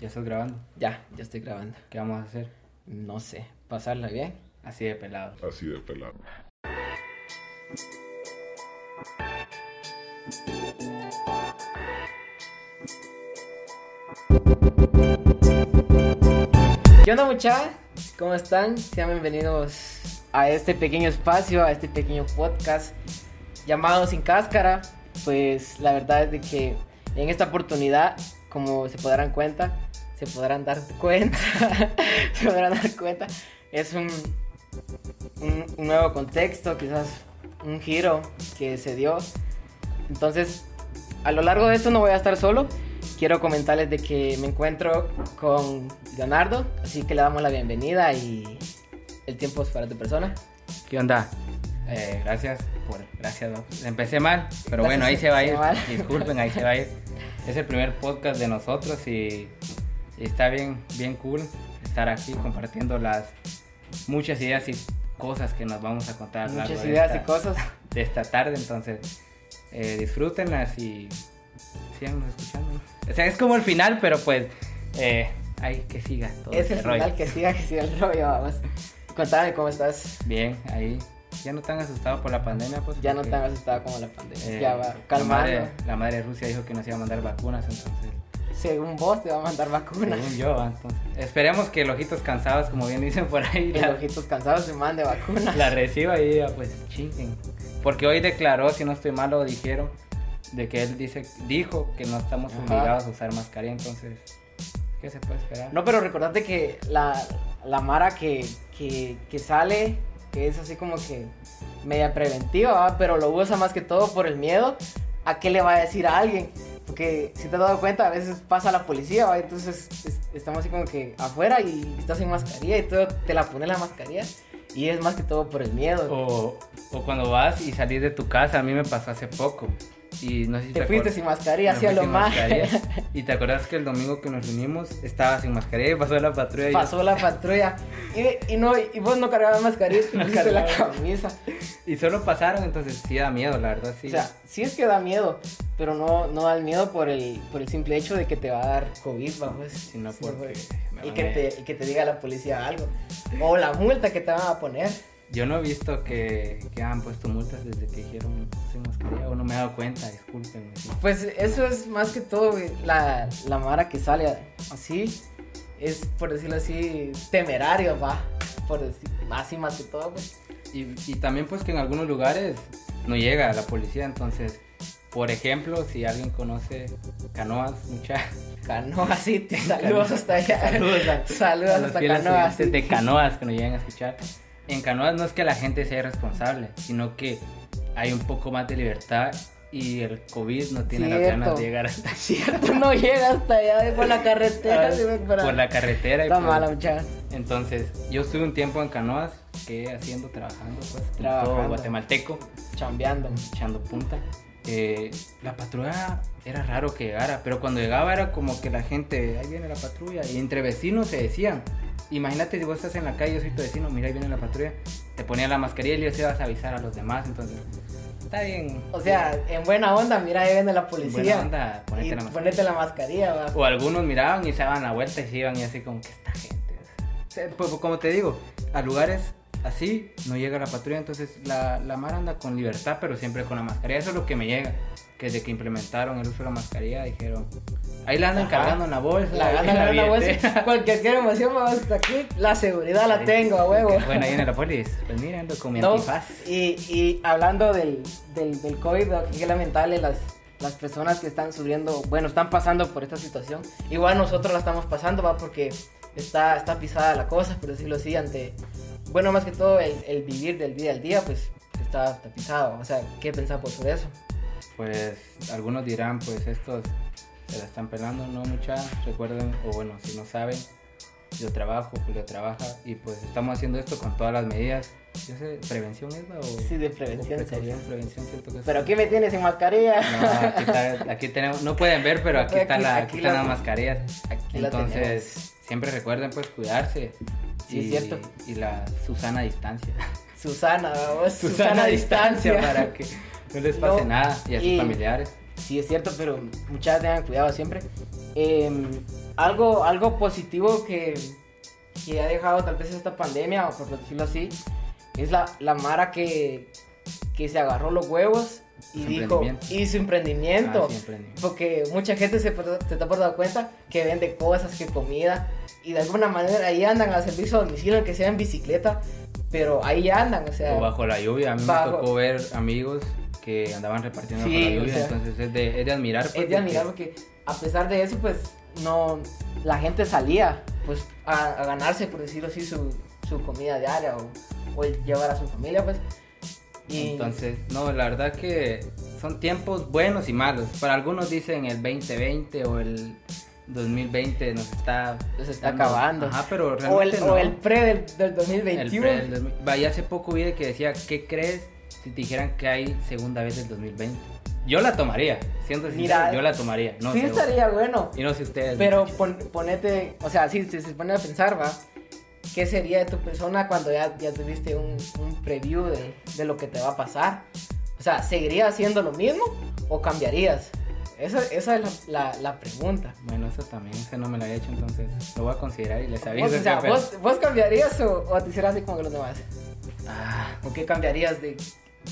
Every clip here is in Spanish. Ya estás grabando. Ya, ya estoy grabando. ¿Qué vamos a hacer? No sé, pasarla bien. Así de pelado. Así de pelado. ¿Qué onda muchachos? ¿Cómo están? Sean bienvenidos a este pequeño espacio, a este pequeño podcast llamado Sin Cáscara. Pues la verdad es de que en esta oportunidad, como se podrán cuenta, se podrán dar cuenta, se podrán dar cuenta, es un, un- un nuevo contexto, quizás un giro que se dio. Entonces, a lo largo de esto no voy a estar solo. Quiero comentarles de que me encuentro con Leonardo, así que le damos la bienvenida y el tiempo es para tu persona. ¿Qué onda? Eh, gracias por... Gracias, ¿no? Empecé mal, pero bueno, ahí se va a ir. Empecé mal. Disculpen, ahí se va a ir. Es el primer podcast de nosotros y, y está bien, bien cool estar aquí compartiendo las muchas ideas y cosas que nos vamos a contar. a lo largo Muchas de ideas y esta- cosas. de esta tarde, entonces eh, disfrútenlas y sigan escuchando. ¿no? O sea, es como el final, pero pues eh, hay que siga todo Es el este rollo. final que siga, que siga el rollo, vamos. Contame cómo estás. Bien, ahí. Ya no tan asustado por la pandemia, pues. Ya no porque, tan asustado como la pandemia. eh, ya va La madre, calmando. la madre Rusia dijo que nos iba a mandar vacunas, entonces. Según vos te va a mandar vacunas. según yo, ah, entonces. Esperemos que el ojitos cansados, como bien dicen por ahí, Y la, los ojitos cansados se mande vacunas. la reciba y diga, pues chinguen. Porque hoy declaró, si no estoy mal, lo dijeron, de que él dice, dijo que no estamos Ajá. obligados a usar mascarilla, entonces, ¿qué se puede esperar? No, pero recordate que la, la Mara que, que, que sale, que es así como que media preventiva, ¿va? pero lo usa más que todo por el miedo a qué le va a decir a alguien. Porque si te has dado cuenta, a veces pasa la policía, ¿va? entonces es- estamos así como que afuera y estás sin mascarilla y todo, te la pone la mascarilla y es más que todo por el miedo. O, o cuando vas y salís de tu casa, a mí me pasó hace poco. Y no sé si te acuer- fuiste sin mascarilla, me hacía fui lo sin más. mascarilla. Y te acuerdas que el domingo que nos reunimos estaba sin mascarilla y pasó la patrulla. y yo- Pasó la patrulla y, y no, y vos no cargabas mascarilla, te No pusiste la cargaba. camisa. Y, solo pasaron, entonces sí da miedo, la verdad, sí. O sea, sí es que da miedo, pero no, no da el miedo por el, por el simple hecho de que te va a dar COVID, va, pues. Sino Sí, porque pues. me Y van que, a- te, y que te diga la policía algo. O la multa que te van a poner. Yo no he visto que, que han puesto multas desde que dijeron sin mascarilla, o no me he dado cuenta, discúlpenme. sí. Pues eso es más que todo, güey, la, la mara que sale así. Es, por decirlo así, temerario, va. Por decir, así más que todo, pues. Y, y también pues que en algunos lugares no llega la policía, entonces, por ejemplo, si alguien conoce Canoas, muchas Canoa City, saludos hasta allá. Saludos a- Saludos a los hasta fieles Canoa oyentes City. de Canoas que nos llegan a escuchar. En Canoas no es que la gente sea irresponsable, sino que hay un poco más de libertad y el COVID no tiene las Cierto. ganas de llegar hasta Cierto, no llega hasta allá, de por la carretera. sino para- por la carretera. y Está por- mala, muchacha. Entonces, yo estuve un tiempo en Canoas, que haciendo, trabajando, pues, como Trabajando. todo guatemalteco, Chambeando. echando punta. Eh, la patrulla era raro que llegara, pero cuando llegaba era como que la gente, ahí viene la patrulla, y entre vecinos se decían. Imagínate si vos estás en la calle, yo soy tu vecino, mira, ahí viene la patrulla, te ponían la mascarilla y les ibas a avisar a los demás, entonces, está bien. O sea, en buena onda, mira, ahí viene la en policía. buena onda, ponete y la mascarilla. ponete la mascarilla, va. O algunos miraban y se daban la vuelta y se iban y así como que esta gente. O sea, Pues, pues, como te digo, a lugares así no llega la patrulla, entonces la, la Mara anda con libertad, pero siempre con la mascarilla. Eso es lo que me llega, que desde que implementaron el uso de la mascarilla dijeron, ahí la andan Ajá. cargando en la bolsa, La ahí gana la, la billetera". bolsa. Cualquier emoción, va hasta aquí. La seguridad la Ahí. tengo, a huevo. Bueno, ahí viene la polis, pues mira, ando con mi No, antifaz. y, y hablando del, del, del COVID, ¿no? qué lamentable las, las personas que están subiendo, bueno, están pasando por esta situación. Igual nosotros la estamos pasando, va, porque está, está pisada la cosa, por decirlo así, ante, bueno, más que todo el, el vivir del día al día, pues está, está pisado. O sea, ¿qué pensamos sobre eso? Pues algunos dirán, pues estos se la están pelando, ¿no? Mucha, recuerden, o bueno, si no saben, yo trabajo, Julio trabaja, y pues estamos haciendo esto con todas las medidas. Yo sé, ¿prevención es la o...? Sí, de o prevención sería. precaución? prevención, siento que es- Pero aquí me tienes sin mascarilla. No, aquí, está- aquí tenemos, no pueden ver, pero aquí, Aquí- está la, aquí aquí están la- las mascarillas. Aquí la Entonces, siempre recuerden, pues, cuidarse. Sí, y, es cierto. Y la Susana distancia. Susana, vamos, Susana, a distancia. para que no les pase No, nada. Y a sus y- familiares. Sí, es cierto, pero muchachas tengan cuidado siempre. Em, algo, algo positivo que, que ha dejado tal vez esta pandemia, o por decirlo así, es la, la Mara que, que se agarró los huevos y Su dijo, emprendimiento. y su emprendimiento. Ah, sí, emprendimiento. porque mucha gente se, por- se está por dar cuenta que vende cosas, que comida, y de alguna manera ahí andan al servicio a domicilio, que sea en bicicleta, pero ahí andan, o sea. O bajo la lluvia. A mí Este, Bajo- me tocó ver amigos que andaban repartiendo Sí, bajo la o lluvia. sea, entonces es de, es de admirar. pues, es de admirar porque a pesar de eso, pues no, la gente salía pues a, a ganarse, por decirlo así, su, su comida diaria o, o el llevar a su familia, pues. Y Entonces, no, la verdad que son tiempos buenos y malos. Para algunos dicen el 2020 o el 2020 nos está... Nos pues, está acabando. Ajá, pero o, el, realmente o no. el pre del, del El 2021. pre del 2000. Vaya, hace poco vi de que decía, ¿qué crees si te dijeran que hay segunda vez del 2020? Yo la tomaría, siendo sincero, Mira, yo la tomaría. No sí sé, estaría bueno, Y no sé ustedes. pero muchachos. pon- ponete, o sea, si, si se pone a pensar, va, ¿qué sería de tu persona cuando ya, ya tuviste un, un preview de, de lo que te va a pasar? O sea, ¿seguirías haciendo lo mismo o cambiarías? Esa, esa es la, la- la pregunta. Bueno, eso también, ese no me lo había hecho, entonces lo voy a considerar y les aviso. Vos, o sea, jefe. ¿vos, vos cambiarías o, o te hicieras así como que los demás? Ah, ¿O qué cambiarías de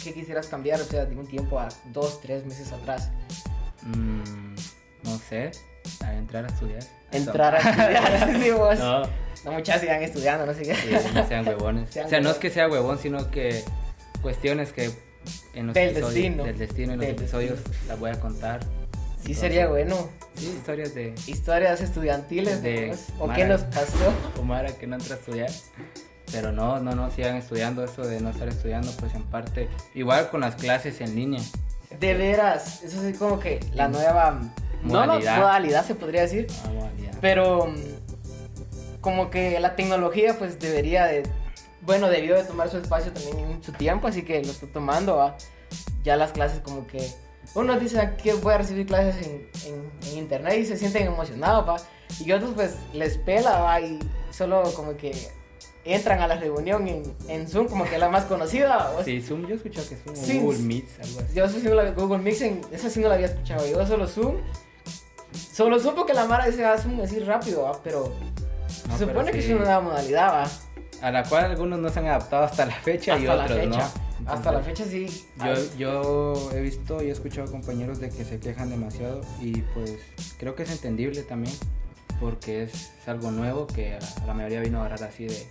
qué quisieras cambiar? O sea, de un tiempo a dos, tres meses atrás. mm, no sé, a entrar a estudiar. Entrar a estudiar. sí, vos. No, No, muchas sigan estudiando, no sé qué. sí, no sean huevones. Sean o sea, no es huevones. que sea huevón, sino que cuestiones que en los Del episodios, destino. del destino en los Del episodios las voy a contar. Sí Entonces, sería bueno. Sí, historias de Historias estudiantiles De de o Mara. qué nos pasó. Omar que no entra a estudiar. Pero no, no, no, sigan estudiando eso de no estar estudiando, pues en parte. Igual con las clases en línea. De veras, eso es como que la nueva no, no, Modalidad. modalidad se podría decir, Ah, modalidad. pero mm, como que la tecnología pues debería de bueno, debió de tomar su espacio también en su tiempo, así que lo está tomando ¿va? ya las clases como que unos dicen que voy a recibir clases en, en- en internet y se sienten emocionados, ¿va? y otros pues les pela ¿va? y solo como que entran a la reunión en, en Zoom como que es la más conocida. ¿va? Sí, Zoom, yo he escuchado que es un Sí. Google Meets, algo así. Yo eso sí no la Google Mixing, esa sí no la había escuchado. Yo solo Zoom. Solo Zoom porque la Mara dice ah, Zoom así rápido, ¿va? pero No, se pero supone que sí, es una nueva modalidad, ¿va? A la cual algunos no se han adaptado hasta la fecha y hasta otros la fecha. no. hasta la Entonces, fecha sí. Yo, yo he visto y he escuchado compañeros de que se quejan demasiado y pues creo que es entendible también porque es, es algo nuevo que a la mayoría vino a agarrar así de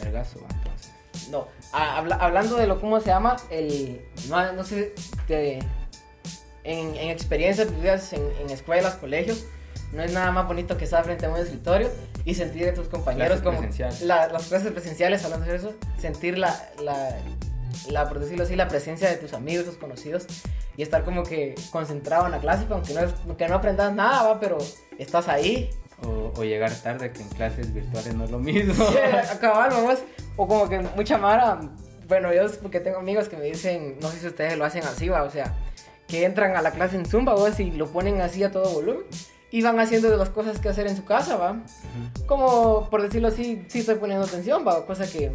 vergazo. Entonces, No, a- habla- hablando de lo cómo se llama, el no, no sé te- en, en experiencias vividas en, en escuelas, colegios, no es nada más bonito que estar frente a un escritorio y sentir a tus compañeros Clases como presenciales. la- las clases presenciales, hablando de eso, sentir la, la, la, por decirlo así, la presencia de tus amigos, tus conocidos y estar como que concentrado en la clase, aunque no, aunque no aprendas nada, va, pero estás ahí. o, o llegar tarde, que en clases virtuales no es lo mismo. Sí, acabar, vamos. O como que mucha mara. Bueno, yo es porque tengo amigos que me dicen, no sé si ustedes lo hacen así, va, o sea, que entran a la clase en Zumba, vos, y lo ponen así a todo volumen. Y van haciendo las cosas que hacer en su casa, va. Ujú. Como, por decirlo así, sí estoy poniendo atención, va, cosa que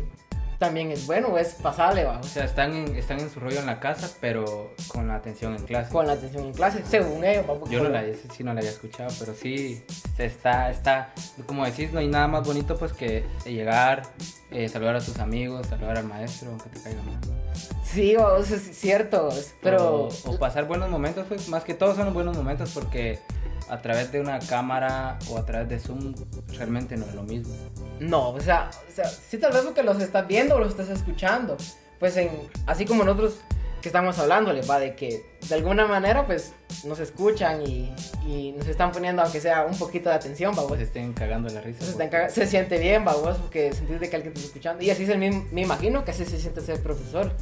también es bueno, es pasable, va. o O sea, sea, están en, están en su rollo en la casa, pero con la atención en clase. con la atención en clase, según ellos, va. porque Yo no con la, ese sí no la había escuchado, pero sí se está, está, como decís, no hay nada más bonito pues que llegar, eh, saludar a tus amigos, saludar al maestro, aunque te caiga mal. ¿no? Sí, va, o sea, es cierto, es- pero... O, o pasar buenos momentos, pues más que todo son los buenos momentos porque a través de una cámara o a través de Zoom realmente no es lo mismo. No, o sea, o sea, sí tal vez porque los estás viendo o los estás escuchando. Pues en, así como nosotros que estamos hablándoles, va, de que de alguna manera pues nos escuchan y, y nos están poniendo aunque sea un poquito de atención, va, vos. Pues estén cagando la risa. Se, están porque- caga- se siente bien, va, vos, porque sentís de que alguien te está escuchando. Y así es el mismo, me imagino que así se siente ser profesor.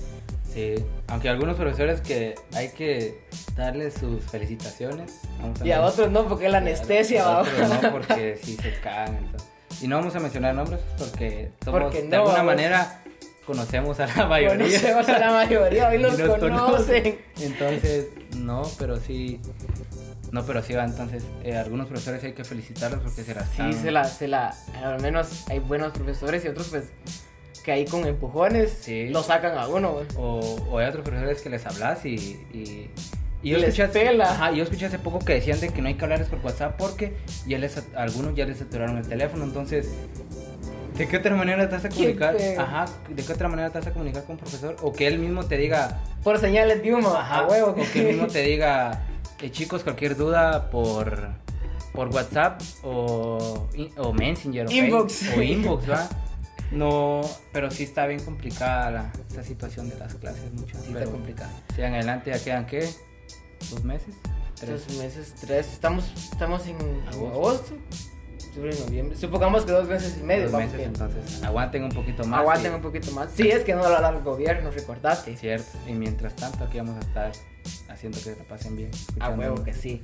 Sí, aunque algunos profesores que hay que darles sus felicitaciones. Vamos Y a ver. otros no, porque la anestesia, A va. otros no, porque si se cagan. entonces. Y no vamos a mencionar nombres porque somos, Porque de no, alguna vamos. manera conocemos a la mayoría. Conocemos a la mayoría, hoy Y los nos conocen. Entonces, no, pero sí. No, pero sí va. Entonces, eh, algunos profesores hay que felicitarlos porque se las Sí, saben. se la, se la, al menos hay buenos profesores y otros pues que ahí con empujones Sí. lo sacan a uno, güey. O, o hay otros profesores que les hablas y, y, Y yo, Les escuché hace, pela. ajá, yo escuché hace poco que decían de que no hay que hablarles por WhatsApp porque ya les, a algunos ya les saturaron el teléfono, entonces, ¿de qué otra manera te vas a comunicar? feo. Ajá, ¿de qué otra manera te vas a comunicar con un profesor? O que él mismo te diga, Por señales de humo, ajá, a huevo. Ah, o que él mismo te diga, eh, chicos, cualquier duda por, por WhatsApp o, in- o Messenger o, Inbox. Facebook, o inbox, ¿va? No, pero sí está bien complicada la, esta situación de las clases, mucho, sí Pero- está complicada. Sigan adelante, ya quedan, ¿qué? ¿Dos meses? Tres. Tres meses, tres. Estamos, estamos en Agosto. agosto, octubre, noviembre. Supongamos que dos meses y medio. Dos vamos meses, bien. entonces aguanten un poquito más. Aguanten y- un poquito más. Sí, es que no lo habla el gobierno, recordate. Cierto. Y mientras tanto aquí vamos a estar haciendo que se la pasen bien. A escuchando- huevo que sí.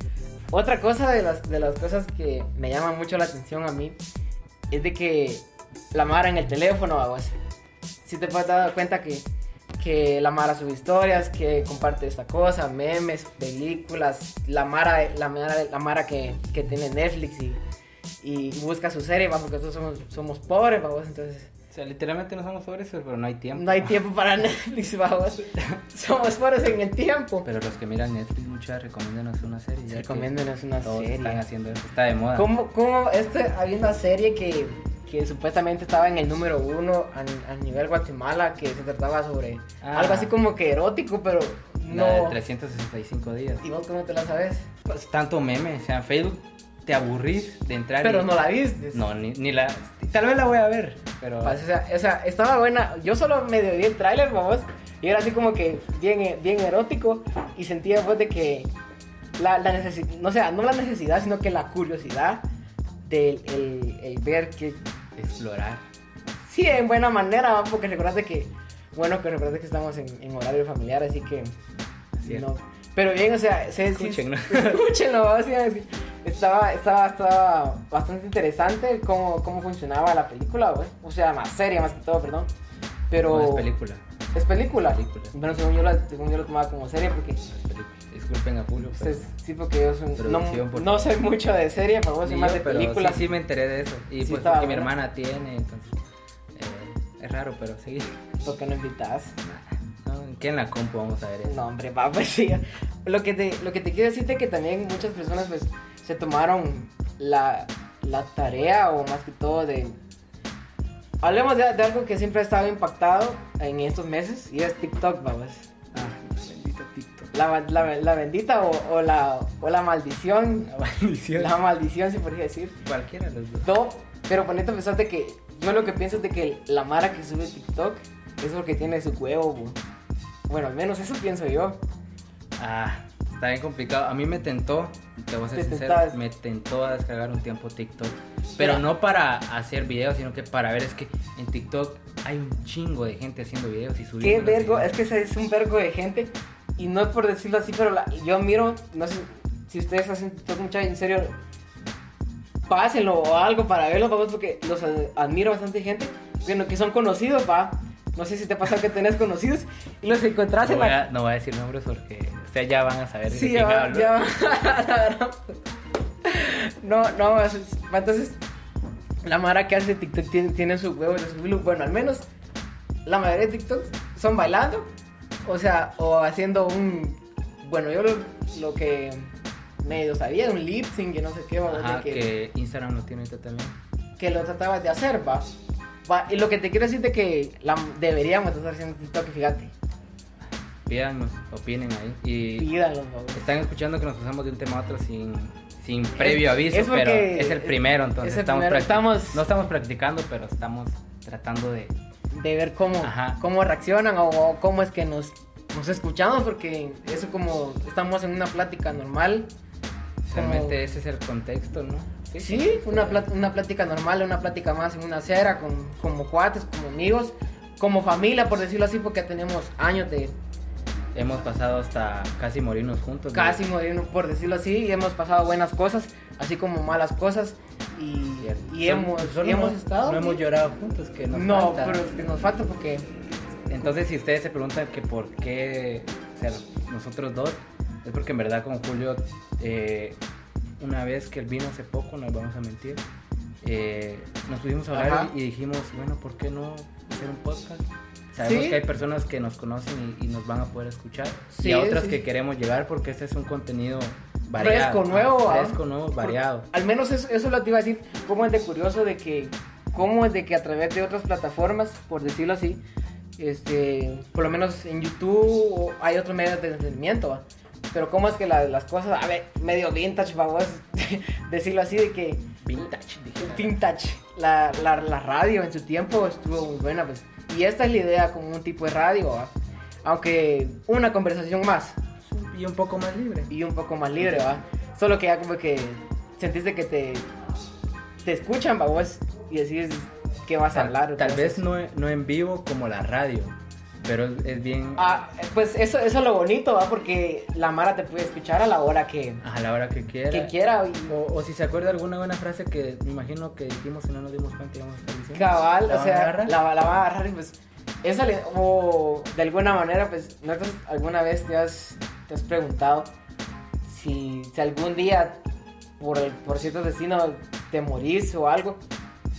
Otra cosa de las, de las cosas que me llama mucho la atención a mí es de que la Mara en el teléfono, aguas. Si te has dado cuenta que, que la Mara sube historias, que comparte esta cosa, memes, películas, la Mara, la Mara, la Mara que, que tiene Netflix y, y busca su serie, va, porque nosotros somos, somos pobres, vamos, entonces O sea, literalmente no somos pobres, pero no hay tiempo. no hay tiempo para Netflix, vamos. Somos pobres en el tiempo. Pero los que miran Netflix, muchas recomiéndanos una serie. ya que Recomiéndenos una Todos serie. están haciendo eso. Está de moda. ¿Cómo, cómo este, había una serie que, que supuestamente estaba en el número uno a, a nivel Guatemala que se trataba sobre Ah. algo así como que erótico, pero La de no. 365 días. ¿Y vos cómo te la sabes? Pues, tanto meme, o sea, en Facebook te aburrís de entrar. Pero y- no la viste. No, ni, ni la. Tal vez la voy a ver, pero. Pues, o, sea, o sea, estaba buena. Yo solo medio vi el tráiler, vamos. Y era así como que bien, bien erótico. Y sentía pues de que la, la necesidad, no sea, no la necesidad, sino que la curiosidad del el- el ver que Explorar. Sí, en buena manera, ¿va? porque recuerda que, bueno, que recuerda que estamos en, en horario familiar, así que Así es. no. Pero bien, o sea, se, sí- Escúchenlo. escúchenlo, ¿va? Sí, es- estaba, estaba, estaba bastante interesante cómo, cómo funcionaba la película, güey. O sea, más serie, más que todo, perdón. Pero No, es película. es película. Película. Pues, Bueno, según yo, la, según yo lo tomaba como serie, porque es película. Disculpen a Julio. pero- ustedes- sí, porque yo soy- Producción, no, por no soy mucho de serie, pero soy Ni más yo, de pero películas. Sí, sí me enteré de eso. Y Sí pues estaba porque mi buena. hermana tiene, entonces. eh, es raro, pero sí. Porque no invitas. No, ¿Qué en la compu vamos a ver eso? No, hombre, va, pues sí. Lo que te, lo que te quiero decirte que también muchas personas pues se tomaron la, la tarea o más que todo de... Hablemos de, de algo que siempre ha estado impactado en estos meses y es TikTok, babas. Ah, bendito TikTok. La, la- la bendita o, o la, o la maldición. La maldición. La maldición, se podría decir. Cualquiera de los dos. No, pero ponete a pensar de que yo lo que pienso es de que la Mara que sube TikTok es porque tiene su huevo. bo. Bueno, al menos eso pienso yo. Ah, está bien complicado. A mí me tentó, te voy a ser Te sincero, tentabas. me tentó a descargar un tiempo TikTok. Pero Mira. no para hacer videos, sino que para ver es que en TikTok hay un chingo de gente haciendo videos y subiendo. Qué vergo, es que ese es un vergo de gente. Y no es por decirlo así, pero la- yo miro, no sé si ustedes hacen TikTok mucha en serio, pásenlo o algo para verlo, vamos, porque los ad- admiro bastante gente, bueno, que son conocidos, va. No sé si te pasa que tenés conocidos y los encontrás No en voy, la. a, no voy a decir nombres porque o sea, ya van a saber Sí, de quién ya, hablo. ya. pues. no, no, es- es- entonces la mara que hace TikTok tiene, tiene sus huevos de subirlo. Bueno, al menos la mayoría de TikToks son bailando, o sea, o haciendo un. Bueno, yo lo, lo que medio sabía, un lip sync, que no sé qué, o sea, Ajá, que, que Instagram lo tiene ahorita también. que lo tratabas de hacer, va. Va, Y lo que te quiero decir de que la, deberíamos estar haciendo TikTok, fíjate. Pídanos, opinen ahí. Y Pídanlo, por favor. están escuchando que nos pasamos de un tema a otro sin, sin previo aviso, es pero porque- es el primero, es entonces el estamos, primero, practi- estamos- No estamos practicando, pero estamos tratando de de ver cómo, Ajá. cómo reaccionan o, o cómo es que nos, nos escuchamos, porque eso como estamos en una plática normal. como- Realmente ese es el contexto, ¿no? Sí, una, plat- una plática normal, una plática más en una acera, con, como cuates, como amigos, como familia, por decirlo así, porque tenemos años de Hemos pasado hasta casi morirnos juntos. ¿no? casi morirnos, por decirlo así, y hemos pasado buenas cosas, así como malas cosas, y, y Solo- hemos, solo y hemos no- estado... No hemos llorado juntos, que nos no, falta. pero es que nos falta porque... Entonces, si ustedes se preguntan que por qué, o sea, nosotros dos, es porque en verdad con Julio, eh, una vez que él vino hace poco, no les vamos a mentir, eh, nos pudimos hablar Ajá. y, y dijimos, bueno, ¿por qué no hacer un podcast? Sabemos Sí. que hay personas que nos conocen y, y nos van a poder escuchar. y Sí, a otras sí. que queremos llegar porque este es un contenido variado. Fresco, nuevo, ah. Fresco, nuevo, variado. Al menos eso, eso lo te iba a decir, cómo es de curioso de que, cómo es de que a través de otras plataformas, por decirlo así, este, por lo menos en YouTube o hay otros medios de entretenimiento, ¿va? pero cómo es que la- las cosas, a ver, medio vintage, vamos, decirlo así, de que Vintage, dije. vintage, la, la, la radio en su tiempo estuvo muy buena, pues, y esta es la idea con un tipo de radio, ¿va? aunque una conversación más, Y un poco más libre. y un poco más libre, ¿va? Solo que ya como que sentiste que te, te escuchan, ¿va? Vos y decís qué vas a Tal, hablar. o tal qué vas vez a- no, no en vivo como la radio, pero es, es bien Ah, pues eso, eso es lo bonito, ¿va? Porque la Mara te puede escuchar a la hora que, a la hora que quiera. que quiera. y- O, o si se acuerda alguna buena frase que me imagino que dijimos y no nos dimos cuenta, íbamos a estar diciendo. Cabal, ¿La o van a sea, agarrar? la, va- la va a agarrar y pues... Esa le- o de alguna manera, pues, ¿no te has- alguna vez te has, te has preguntado si, si algún día por, el- por cierto destino te morís o algo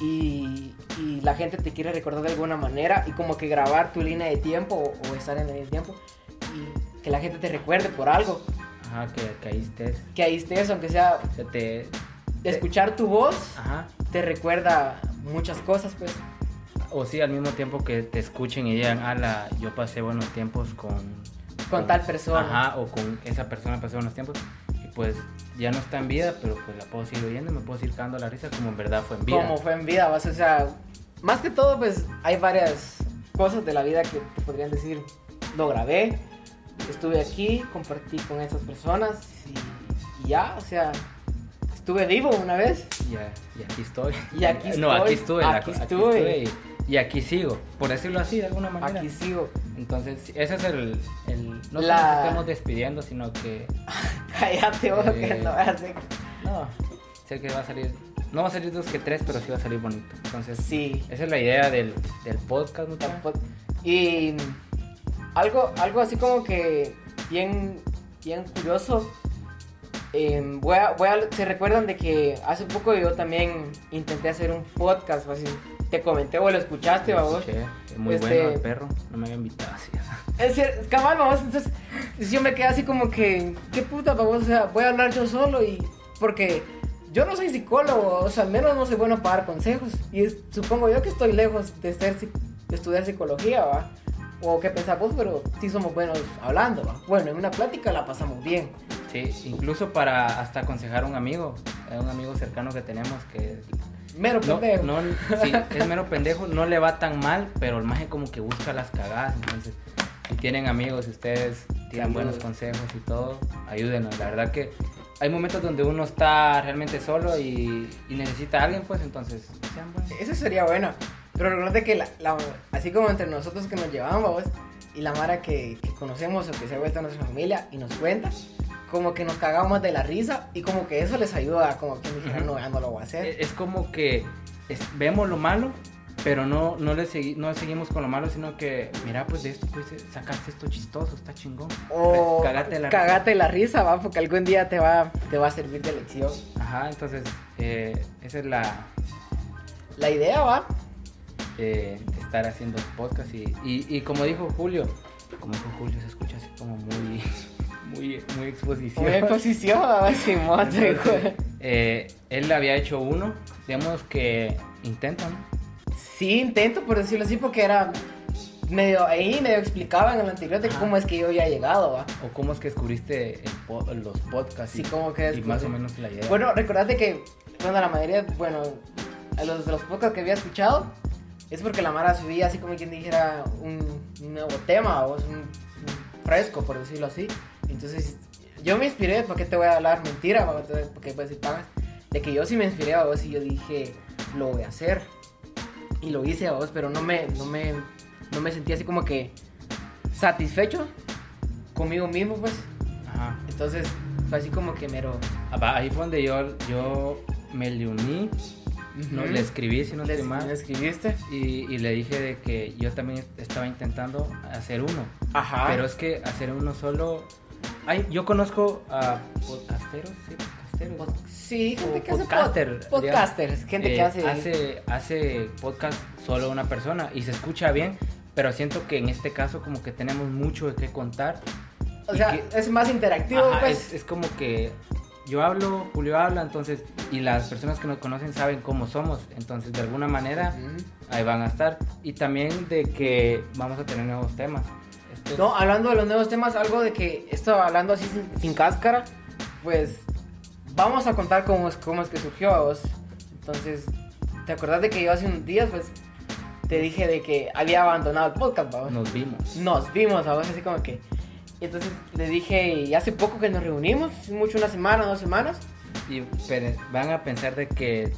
y, y la gente te quiere recordar de alguna manera y como que grabar tu línea de tiempo o, o estar en el tiempo y que la gente te recuerde por algo, Ajá, que caíste. que ahí estés, aunque sea O sea, te. Ah. de escuchar tu voz, Ajá. te recuerda muchas cosas, pues. O sí, al mismo tiempo que te escuchen y digan, ala, yo pasé buenos tiempos con... Con tal persona. Ajá, o con esa persona pasé buenos tiempos. Y pues ya no está en vida, pero pues la puedo seguir oyendo, me puedo seguir cagando la risa como en verdad fue en vida. Como fue en vida, vas, o sea, más que todo, pues hay varias cosas de la vida que te podrían decir, lo grabé, estuve aquí, compartí con esas personas y, y ya, o sea, estuve vivo una vez. Y, a- y aquí estoy. Y aquí No, aquí estoy, estuve. la- aquí estuve. estuve y, y aquí sigo, por decirlo así, de alguna manera. Aquí sigo. Entonces, ese es el... el- La- no solo nos estamos despidiendo, sino que... Cállate, vos, que Eh. no vas a- No, sé que va a salir... No va a salir dos que tres, pero sí va a salir bonito. Entonces, Sí. esa es la idea del, del podcast, ¿no? tampoco. Y algo, algo así como que bien, bien curioso. Eh, voy a- voy a- ¿Se recuerdan de que hace poco yo también intenté hacer un podcast? o Así, te comenté o lo escuchaste, Lo vamos. escuché, es Muy Este- bueno el perro, no me había invitado así. Es cierto, cabal, vamos. Entonces, yo me quedé así como que, ¿qué puta, vamos? O sea, voy a hablar yo solo y. Porque yo no soy psicólogo, o sea, al menos no soy bueno para dar consejos. Y es- supongo yo que estoy lejos de, ser, psi- de estudiar psicología, ¿va? O qué pensás vos, pero sí somos buenos hablando, ¿va? Bueno, en una plática la pasamos bien. Sí, incluso para hasta aconsejar a un amigo, a un amigo cercano que tenemos que... Mero No, pendejo. no, sí, es mero pendejo, no le va tan mal, pero el maje como que busca las cagadas, entonces... Si tienen amigos, si ustedes tienen Ayuden. buenos consejos y todo, ayúdenos. La verdad que hay momentos donde uno está realmente solo y, y necesita a alguien, pues entonces sean buenos. Eso sería bueno. Pero recuerda que la, la- así como entre nosotros que nos llevamos ¿vos? y la Mara que, que conocemos o que se ha vuelto a nuestra familia y nos cuenta, como que nos cagamos de la risa y como que eso les ayuda, como que dijera, Ujú. Eh, no, ya no lo voy a hacer. Es E, es como que es- vemos lo malo, pero no, no, le segui- no seguimos con lo malo, sino que, mira, pues de esto pues, sacaste esto chistoso, está chingón. o Re- cagate la risa. Oh, cagate la risa, va, porque algún día te va, te va a servir de lección. Ajá, entonces, eh, esa es la La idea va, eh, de estar haciendo podcast. Y, y, y como dijo Julio, como dijo Julio, se escucha así como muy, muy, muy exposición. una exposición, va, Simón, te Entonces, juro. eh, él había hecho uno, digamos que intentan. Sí, intento por decirlo así, porque era medio, ahí medio explicaban en el anterior de Ajá. cómo es que yo ya he llegado, va. ¿O cómo es que descubriste el po- los podcasts? Así y- como que Y más descubrí. o menos la idea. Bueno, recordate que, bueno, la mayoría, bueno, a los de los podcasts que había escuchado, es porque la Mara subía así como quien dijera un, un nuevo tema o es un, un fresco, por decirlo así. Entonces, yo me inspiré, ¿por qué te voy a hablar mentira? ¿Por qué te voy a decir pagas? De que yo sí me inspiré a vos y yo dije, lo voy a hacer. Y lo hice a vos, pero no me, no me, no me sentí así como que satisfecho conmigo mismo, pues. Ajá. Entonces, fue así como que mero... Ah, va, Ahí fue donde yo, yo me le uní, no, Ujú. le escribí, si no Les- estoy mal, ¿le escribiste? y, y le dije de que yo también estaba intentando hacer uno. Ajá. Pero es que hacer uno solo... Ay, yo conozco a podcasteros, sí, podcasteros. ¿no? sí, gente o que hace pod- podcaster, digamos. podcasters, gente Eh, que hace, hace... hace podcast solo una persona y se escucha bien, Pero siento que en este caso como que tenemos mucho de qué contar. O y sea, que- es más interactivo, Ajá, pues. es, es como que yo hablo, Julio habla, entonces, y las personas que nos conocen saben cómo somos, entonces de alguna manera Ujú. ahí van a estar. Y también de que vamos a tener nuevos temas. Este Esto- No, hablando de los nuevos temas, algo de que esto hablando así sin, sin cáscara, pues vamos a contar cómo es, cómo es que surgió a vos. Entonces, ¿te acordás de que yo hace unos días, pues, te dije de que había abandonado el podcast, vamos? nos vimos. Nos vimos, vamos, así como que. Y entonces le dije, y hace poco que nos reunimos, mucho una semana, dos semanas. Y pe- van a pensar de que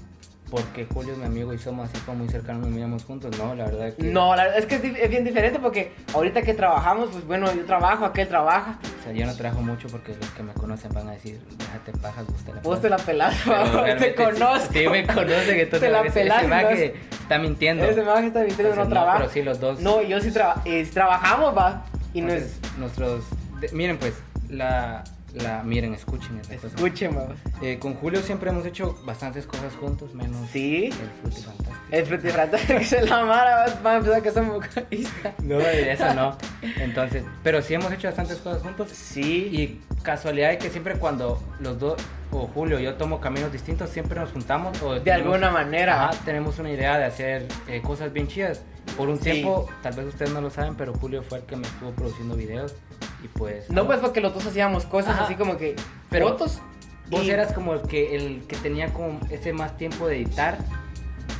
porque Julio es mi amigo y somos así como muy cercanos, nos miramos juntos. No, la verdad que... No, la verdad es que es, di- es bien diferente porque ahorita que trabajamos, pues bueno, yo trabajo, aquel trabaja, O sea, yo no trabajo mucho porque los que me conocen van a decir, déjate pajas, gusta la vos paja". te la pelás, Pero vamos, te realmente sí- conozco. Sí, me conocen, entonces Te la ese- ese pelas y va no que es- está mintiendo. Ese man que está mintiendo Entonces, no trabaja. Pero sí, pues, los dos. No, yo sí traba- eh, trabajamos, va. Y no entonces, es. Nuestros. de- miren, pues, la. la miren, escuchen esa cosa. Escuchen, va. Eh, con Julio siempre hemos hecho bastantes cosas juntos, menos. Sí. El Fruity Fantástico. El frutifratán que se la mara, va. Van a pensar que somos comunistas. No, eh, eso no. Entonces, pero sí hemos hecho bastantes cosas juntos. Sí. Y casualidad es que siempre cuando los dos, o Julio y yo tomo caminos distintos, siempre nos juntamos. O de alguna manera. pues, Ajá, tenemos una idea de hacer eh, cosas bien chidas. Por un Sí. tiempo, tal vez ustedes no lo saben, pero Julio fue el que me estuvo produciendo videos. Y pues. No, pues porque los dos hacíamos cosas Ajá. así como que. Pero- fotos. Vos y- eras como el que, el que tenía como ese más tiempo de editar.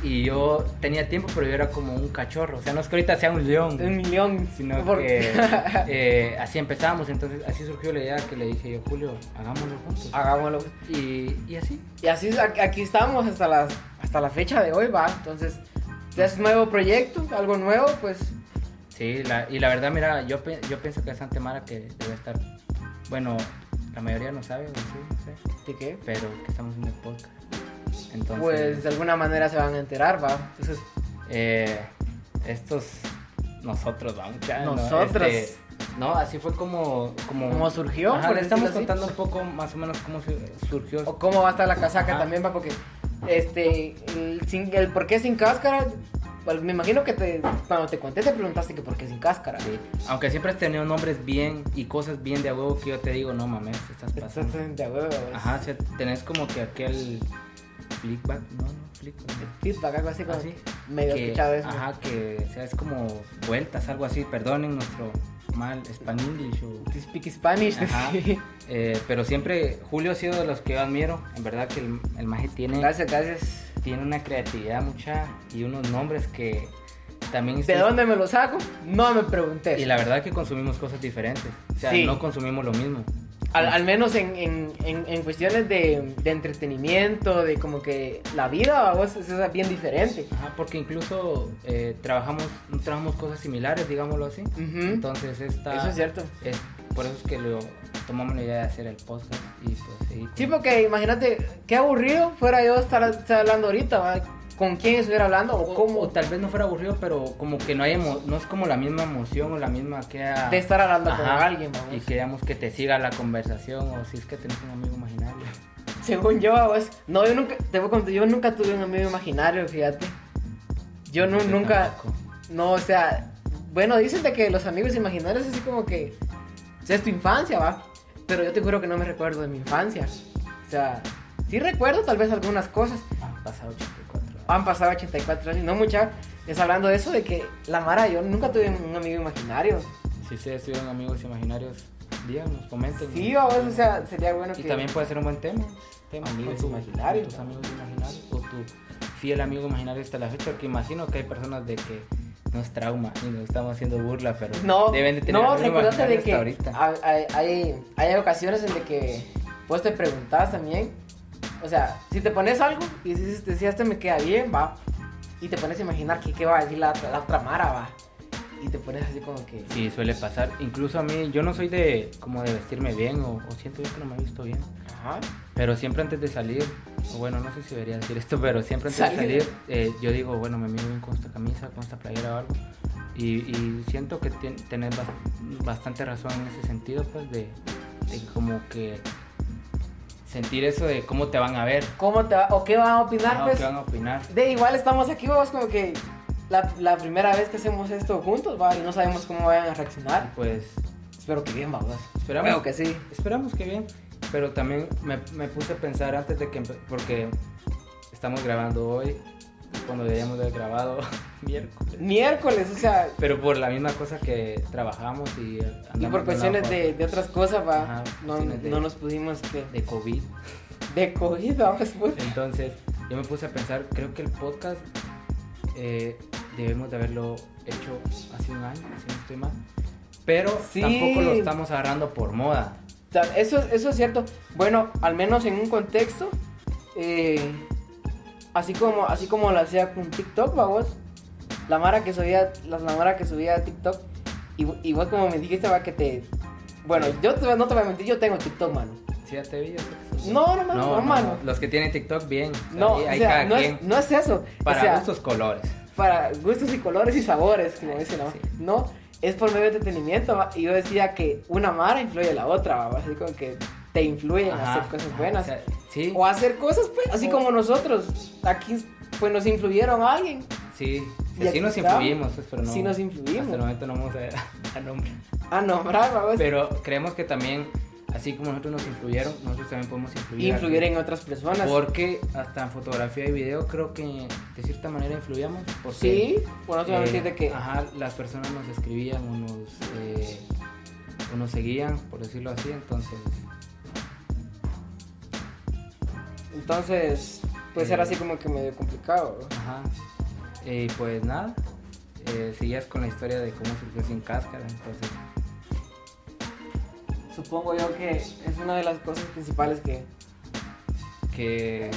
Y yo tenía tiempo, pero yo era como un cachorro. O sea, no es que ahorita sea un león. Un millón. Sino Por- que eh, así empezamos. Entonces, así surgió la idea que le dije yo, Julio, hagámoslo juntos. Hagámoslo. Y, y así. Y así es, aquí aquí estamos hasta, las, hasta la fecha de hoy, va. Entonces, ya es nuevo proyecto, algo nuevo, pues. Sí, la- y la verdad, mira, yo, pe- yo pienso que es Santa Mara que debe estar. Bueno, la mayoría no sabe, o sí, no sé, ¿De qué? pero que estamos en el podcast. Entonces, Pues de alguna manera se van a enterar, va. Entonces, eh, estos. Nosotros vamos ya. ¿no? Nosotros. Este, No, así fue como. Como, ¿Cómo surgió, Ajá, por le estamos decirlo así? contando un poco más o menos cómo su- surgió. o cómo va a estar la casaca Ajá. también va porque este el, sin- el por qué sin cáscara pues, me imagino que te, cuando te conté te preguntaste que por qué sin cáscara Sí, Aunque siempre has tenido nombres bien y cosas bien de a huevo que yo te digo, no mames, te estás Estás pasando. de a huevo, ¿verdad? Ajá, o sea, tenés como que aquel. Flickback, no, no, flickback. no. feedback algo así como Ah, sí. medio que- escuchado eso Ajá, que o sea, es como vueltas, algo así, perdonen nuestro mal span English o- You speak Spanish Ajá. sí. Eh, pero siempre Julio ha sido de los que yo admiro, en verdad que el, el maje tiene, gracias gracias tiene una creatividad mucha y unos nombres que también... de estoy- dónde me lo saco no me pregunté Y la verdad que consumimos cosas diferentes, o sea, Sí. no consumimos lo mismo. al, al menos en, en- en- en cuestiones de, de entretenimiento de como que la vida a vos es es bien diferente Ajá, porque incluso eh, trabajamos, trabajamos cosas similares, digámoslo así. Ujú. Entonces ah. esta... eso es cierto es- por eso es que lo, tomamos la idea de hacer el podcast y pues sí. Sí, porque imagínate, qué aburrido fuera yo estar, estar hablando ahorita, ¿va? ¿Con quién estuviera hablando o O- cómo? O tal vez no fuera aburrido, pero como que no hay emo- no es como la misma emoción o la misma que a- de estar hablando con Ajá. alguien, vamos. y queramos que te siga la conversación o si es que tenés un amigo imaginario. Según yo, vos, no, yo nunca, te voy a contar, yo nunca tuve un amigo imaginario, fíjate. Yo nu- Yo nunca, tampoco. no, o sea, bueno, dicen de que los amigos imaginarios así como que, o sea, es tu infancia, va, pero yo te juro que no me recuerdo de mi infancia, o sea, sí recuerdo tal vez algunas cosas, Han pasado 84 años. Han pasado 84 años, no mucha. Es hablando de eso, de que la Mara, yo nunca tuve un amigo imaginario. Si ustedes tuvieron amigos imaginarios, díganos, comenten. Sí, vamos, o sea, sería bueno Y que. también puede ser un buen tema. tema Amigos tu- imaginarios, Tus ¿no? amigos imaginarios o tu fiel amigo imaginario hasta la fecha, que imagino que hay personas de que no es trauma y nos estamos haciendo burla, pero No, deben de tener no, amigo recordate de imaginario que hasta ahorita. hay, hay- hay, hay ocasiones en de que vos te preguntás también. O sea, si te pones algo y dices, decías, este me queda bien, va. Y te pones a imaginar que qué va a decir la, otra- la otra Mara, va. Y te pones así como que. Sí, suele pasar. Incluso a mí, yo no soy de como de vestirme bien o, o siento yo que no me he visto bien. Ajá. Pero siempre antes de salir, o bueno, no sé si debería decir esto, pero siempre antes Salir. de salir, eh, yo digo, bueno, me miro bien con esta camisa, con esta playera o algo. Y, y siento que tien- tenés bas- bastante razón en ese sentido, pues, de, de como que sentir eso de cómo te van a ver, ¿Cómo te va? ¿O qué van a opinar, ¿no? pues? qué van a opinar. De igual estamos aquí, vamos como que la, la primera vez que hacemos esto juntos, va, y no sabemos cómo vayan a reaccionar. Pues Espero que bien, va, va. Esperamos. Creo que sí. esperamos que bien. Pero también me, me puse a pensar antes de que... empe- Porque estamos grabando hoy, cuando debíamos de haber grabado miércoles. Miércoles, o sea, Pero por la misma cosa que trabajamos y andamos y de por un lado cuestiones para- de, de otras cosas, va, Ajá, no, cuestiones de- no nos pudimos que... de COVID. De COVID, vamos, pues. puta. Entonces, yo me puse a pensar, creo que el podcast eh, debemos de haberlo hecho hace un año, si no estoy mal. Pero Sí. tampoco lo estamos agarrando por moda. O sea, Eso, es- eso es cierto. Bueno, al menos en un contexto, eh, así, como, así como lo hacía con TikTok, va vos. La mara que subía, la, la mara que subía a TikTok. Y, vo- y vos como me dijiste, va que te... Bueno, yo te- no te voy a mentir, yo tengo TikTok, mano. ¿Sí ya te vi? No, no, no, no, mano. Los que tienen TikTok, bien. O sea, No, ahí- o ahí sea, cada no, quien. es, no es eso. Para o sea, gustos colores. para gustos y colores y sabores, como dicen, ¿no? Sí. No, es por medio de entretenimiento, ¿va? y yo decía que una mara influye a la otra, ¿va? así como que te influyen Ajá, a hacer cosas ajá, buenas. o sea, sí, O hacer cosas, pues, así O- como nosotros, aquí, pues, nos influyeron a alguien. sí. y Sí, aquí nos estamos. influimos, pues, pero no. Sí nos influimos. Hasta el momento no vamos a, a nombrar. A nombrar, pues, vamos, Pero creemos que también, así como nosotros nos influyeron, nosotros también podemos influir. a- influir en otras personas. Porque hasta en fotografía y video creo que de cierta manera influíamos. Porque, Sí, bueno, te voy a eh, decir de que... Ajá, las personas nos escribían o nos, eh, o nos seguían, por decirlo así, entonces... Entonces, pues, eh, era así como que medio complicado. ¿va? Ajá. Y pues nada, eh, seguías con la historia de cómo surgió sin cáscara, entonces... Supongo yo que es una de las cosas principales que... ¿Qué,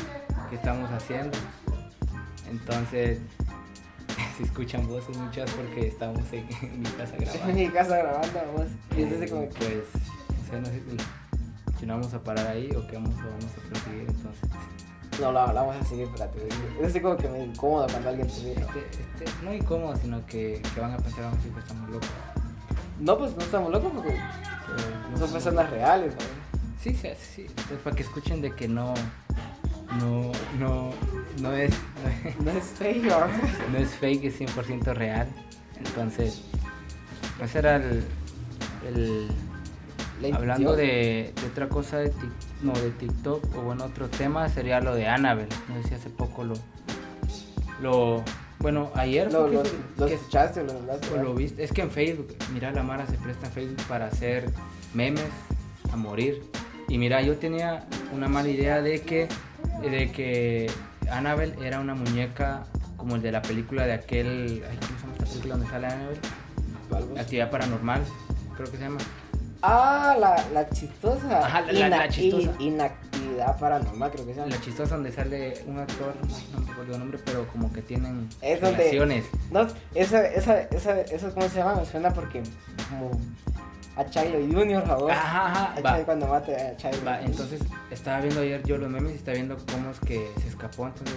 qué estamos haciendo? Entonces, si escuchan voces muchas porque estamos en, en mi casa En grabando. mi casa grabando, vamos, y es así Eh, como que... Pues, o sea, no sé si, si no vamos a parar ahí o qué vamos, o vamos a proseguir. Entonces, No, la, la vamos a seguir, espérate. Es así como que me incomoda cuando alguien te mira. este, este, no incómodo, sino que, que van a pensar, vamos a decir que estamos locos. No, pues no estamos locos porque Pero no son somos- personas reales, ¿no? Pues, Sí, sí, sí. Entonces, para que escuchen de que no, no, no, no es, no es, No es fake, ¿no? no es fake, es 100% real. Entonces, ese era el, el- La hablando intención. de, de otra cosa de, Tik- no, de TikTok o bueno, otro tema sería lo de Annabelle. No sé si hace poco lo, lo, bueno, ayer Lo, fue que lo, se- lo que- escuchaste, lo hablaste. o lo viste. Es que en Facebook, mira, la Mara se presta en Facebook para hacer memes a morir. Y mira, yo tenía una mala idea de que, de que Annabelle era una muñeca como el de la película de aquel. Ay, ¿Cómo se llama esta película donde sale Annabelle? Algo así. Actividad paranormal, creo que se llama. Ah, la, la chistosa. Ajá, la- la- la Ina- chistosa. in- inactividad paranormal, creo que se llama. La chistosa donde sale un actor, ay, no me acuerdo el nombre, pero como que tienen Es donde- relaciones. No, esa, esa, esa, esa, ¿cómo se llama? Me suena porque como a Chilo Junior, favor. Ajá, ajá, A va. Chilo cuando mate a Chilo. Va, entonces estaba viendo ayer yo los memes y estaba viendo cómo es que se escapó. Entonces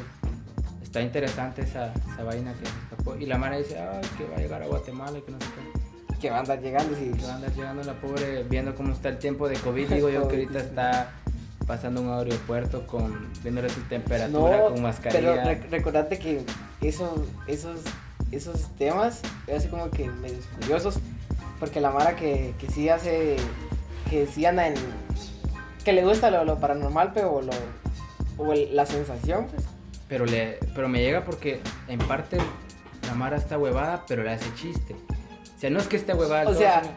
está interesante esa, esa vaina que se escapó. Y la mara dice, ah, que va a llegar a Guatemala y que no sé qué. Que van a andar llegando, sí. Que va a andar llegando la pobre viendo cómo está el tiempo de COVID. Digo yo que ahorita está pasando un aeropuerto con viéndole su temperatura con mascarilla. Pero rec- recordate que eso, esos, esos temas es así como que medio curiosos. Porque la Mara que, que sí hace. que sí anda en. que le gusta lo, lo paranormal, pero lo. o el- la sensación, pues. pero le pero me llega porque en parte la mara está huevada, pero le hace chiste. O sea, no es que esté huevada. del O todo, sea, sino-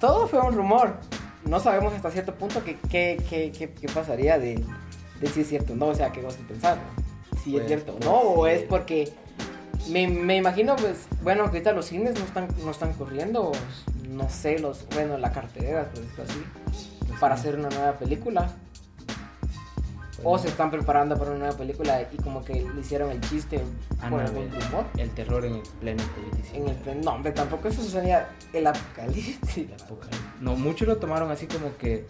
todo fue un rumor. No sabemos hasta cierto punto qué que, que, que- que pasaría de, de si es cierto o no. O sea, qué vas a pensar. Si Pues, es cierto o pues, no. O sí. es porque. Me, me imagino, pues, bueno, que ahorita los cines no están, no están corriendo, no sé, los, bueno, la cartelera, por decirlo así, pues, para hacer una nueva película. O Bueno. se están preparando para una nueva película y como que le hicieron el chiste por algún Annabelle. rumor. el terror en el pleno COVID-19. En el plan, no, hombre, tampoco eso sería el apocalipsis. No, muchos lo tomaron así como que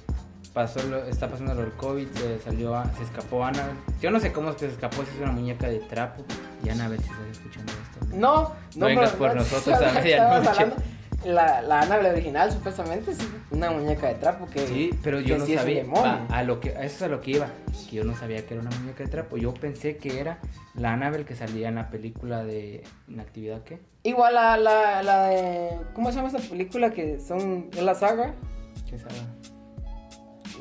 pasó lo- está pasando lo del COVID, se salió, a- se escapó Annabelle. Yo no sé cómo es que se escapó, si es una muñeca de trapo. Y Annabelle, si estás escuchando esto. No, no, No vengas pero- por nosotros a medianoche. estábamos hablando- la, la Annabelle original supuestamente es una muñeca de trapo que. Sí, pero que yo no sí es un sabía. demonio. va, a lo que, a eso es a lo que iba. Que yo no sabía que era una muñeca de trapo. Yo pensé que era la Annabelle que salía en la película de Inactividad, ¿qué? Igual la, la, la de. ¿Cómo se llama esa película que son. es la saga? ¿Qué sabe?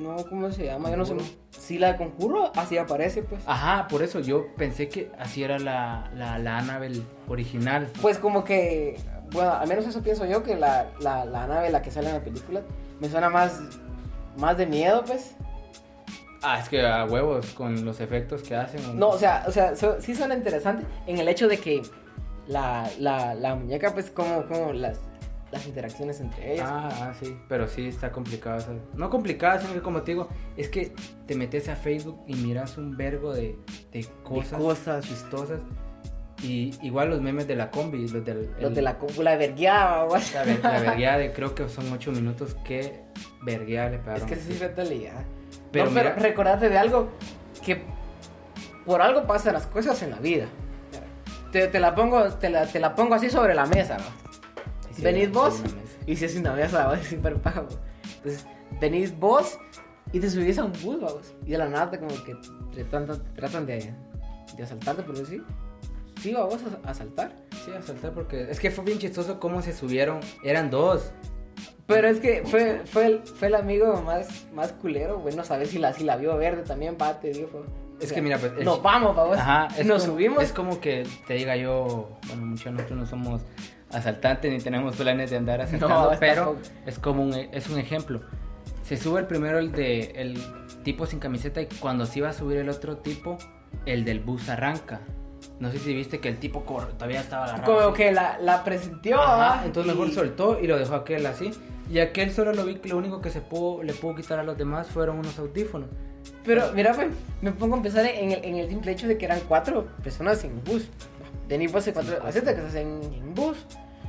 No, ¿cómo se llama? Yo no sé. Conjuro. Ah. Sí, la de conjuro, así aparece, pues. Ajá, por eso yo pensé que así era la, la, la Annabelle original. Pues como que. Bueno, al menos eso pienso yo, que la, la, la nave, la que sale en la película, me suena más. más de miedo, pues. Ah, es que a huevos con los efectos que hacen. No, o sea, o sea, so- sí suena interesante en el hecho de que la, la, la muñeca, pues, como, como las, las interacciones entre ellas. Ah, ah, sí, pero sí está complicado. esa- No complicado, sino que como te digo, es que te metes a Facebook y miras un vergo de, de cosas, cosas. chistosas. Y igual los memes de la combi, los del. Los el- de la cúpula vergueada, o sea, La, ver- la vergueada de creo que son 8 minutos. Qué vergueada le Es pegaron. que eso sí fue realidad. Pero, Pero pero mira- recordate de algo que por algo pasan las cosas en la vida. Te, te la pongo, te la, te la pongo así sobre la mesa, ¿no? Y sí, ¿Venís sí, vos? no mames. Y si es una mesa, ¿va? es súper paja, ¿va? Entonces, venís vos y te subís a un bus, ¿va, vos? Y de la nada te como que te tratan, tratan de, de asaltarte, por decir. Sí, ¿va, vos a a asaltar. Sí, a saltar porque. Es que fue bien chistoso cómo se subieron. Eran dos. Pero es que fue, fue, el, fue el amigo más, más culero, güey. No sabes si la, si la vio verde también, va, te dijo. Es que mira, pues, el- Nos vamos, vamos. Ajá, es Nos como- subimos. Es como que te diga yo, bueno, muchos nosotros no somos asaltantes ni tenemos planes de andar asaltando, está pero poco. es como un, es un ejemplo. Se sube el primero el de el tipo sin camiseta y cuando se iba a subir el otro tipo, el del bus arranca. No sé si viste que el tipo cor- todavía estaba agarrado. Como así. que la, la presintió, Ajá, ¿va? entonces Y- mejor soltó y lo dejó aquel así. Y aquel solo lo vi que lo único que se pudo, le pudo quitar a los demás fueron unos audífonos. Pero mira, pues, me pongo a pensar en el, en el simple hecho de que eran cuatro personas en bus. Venís vos y cuatro, cuatro. acepta que estás en, en bus.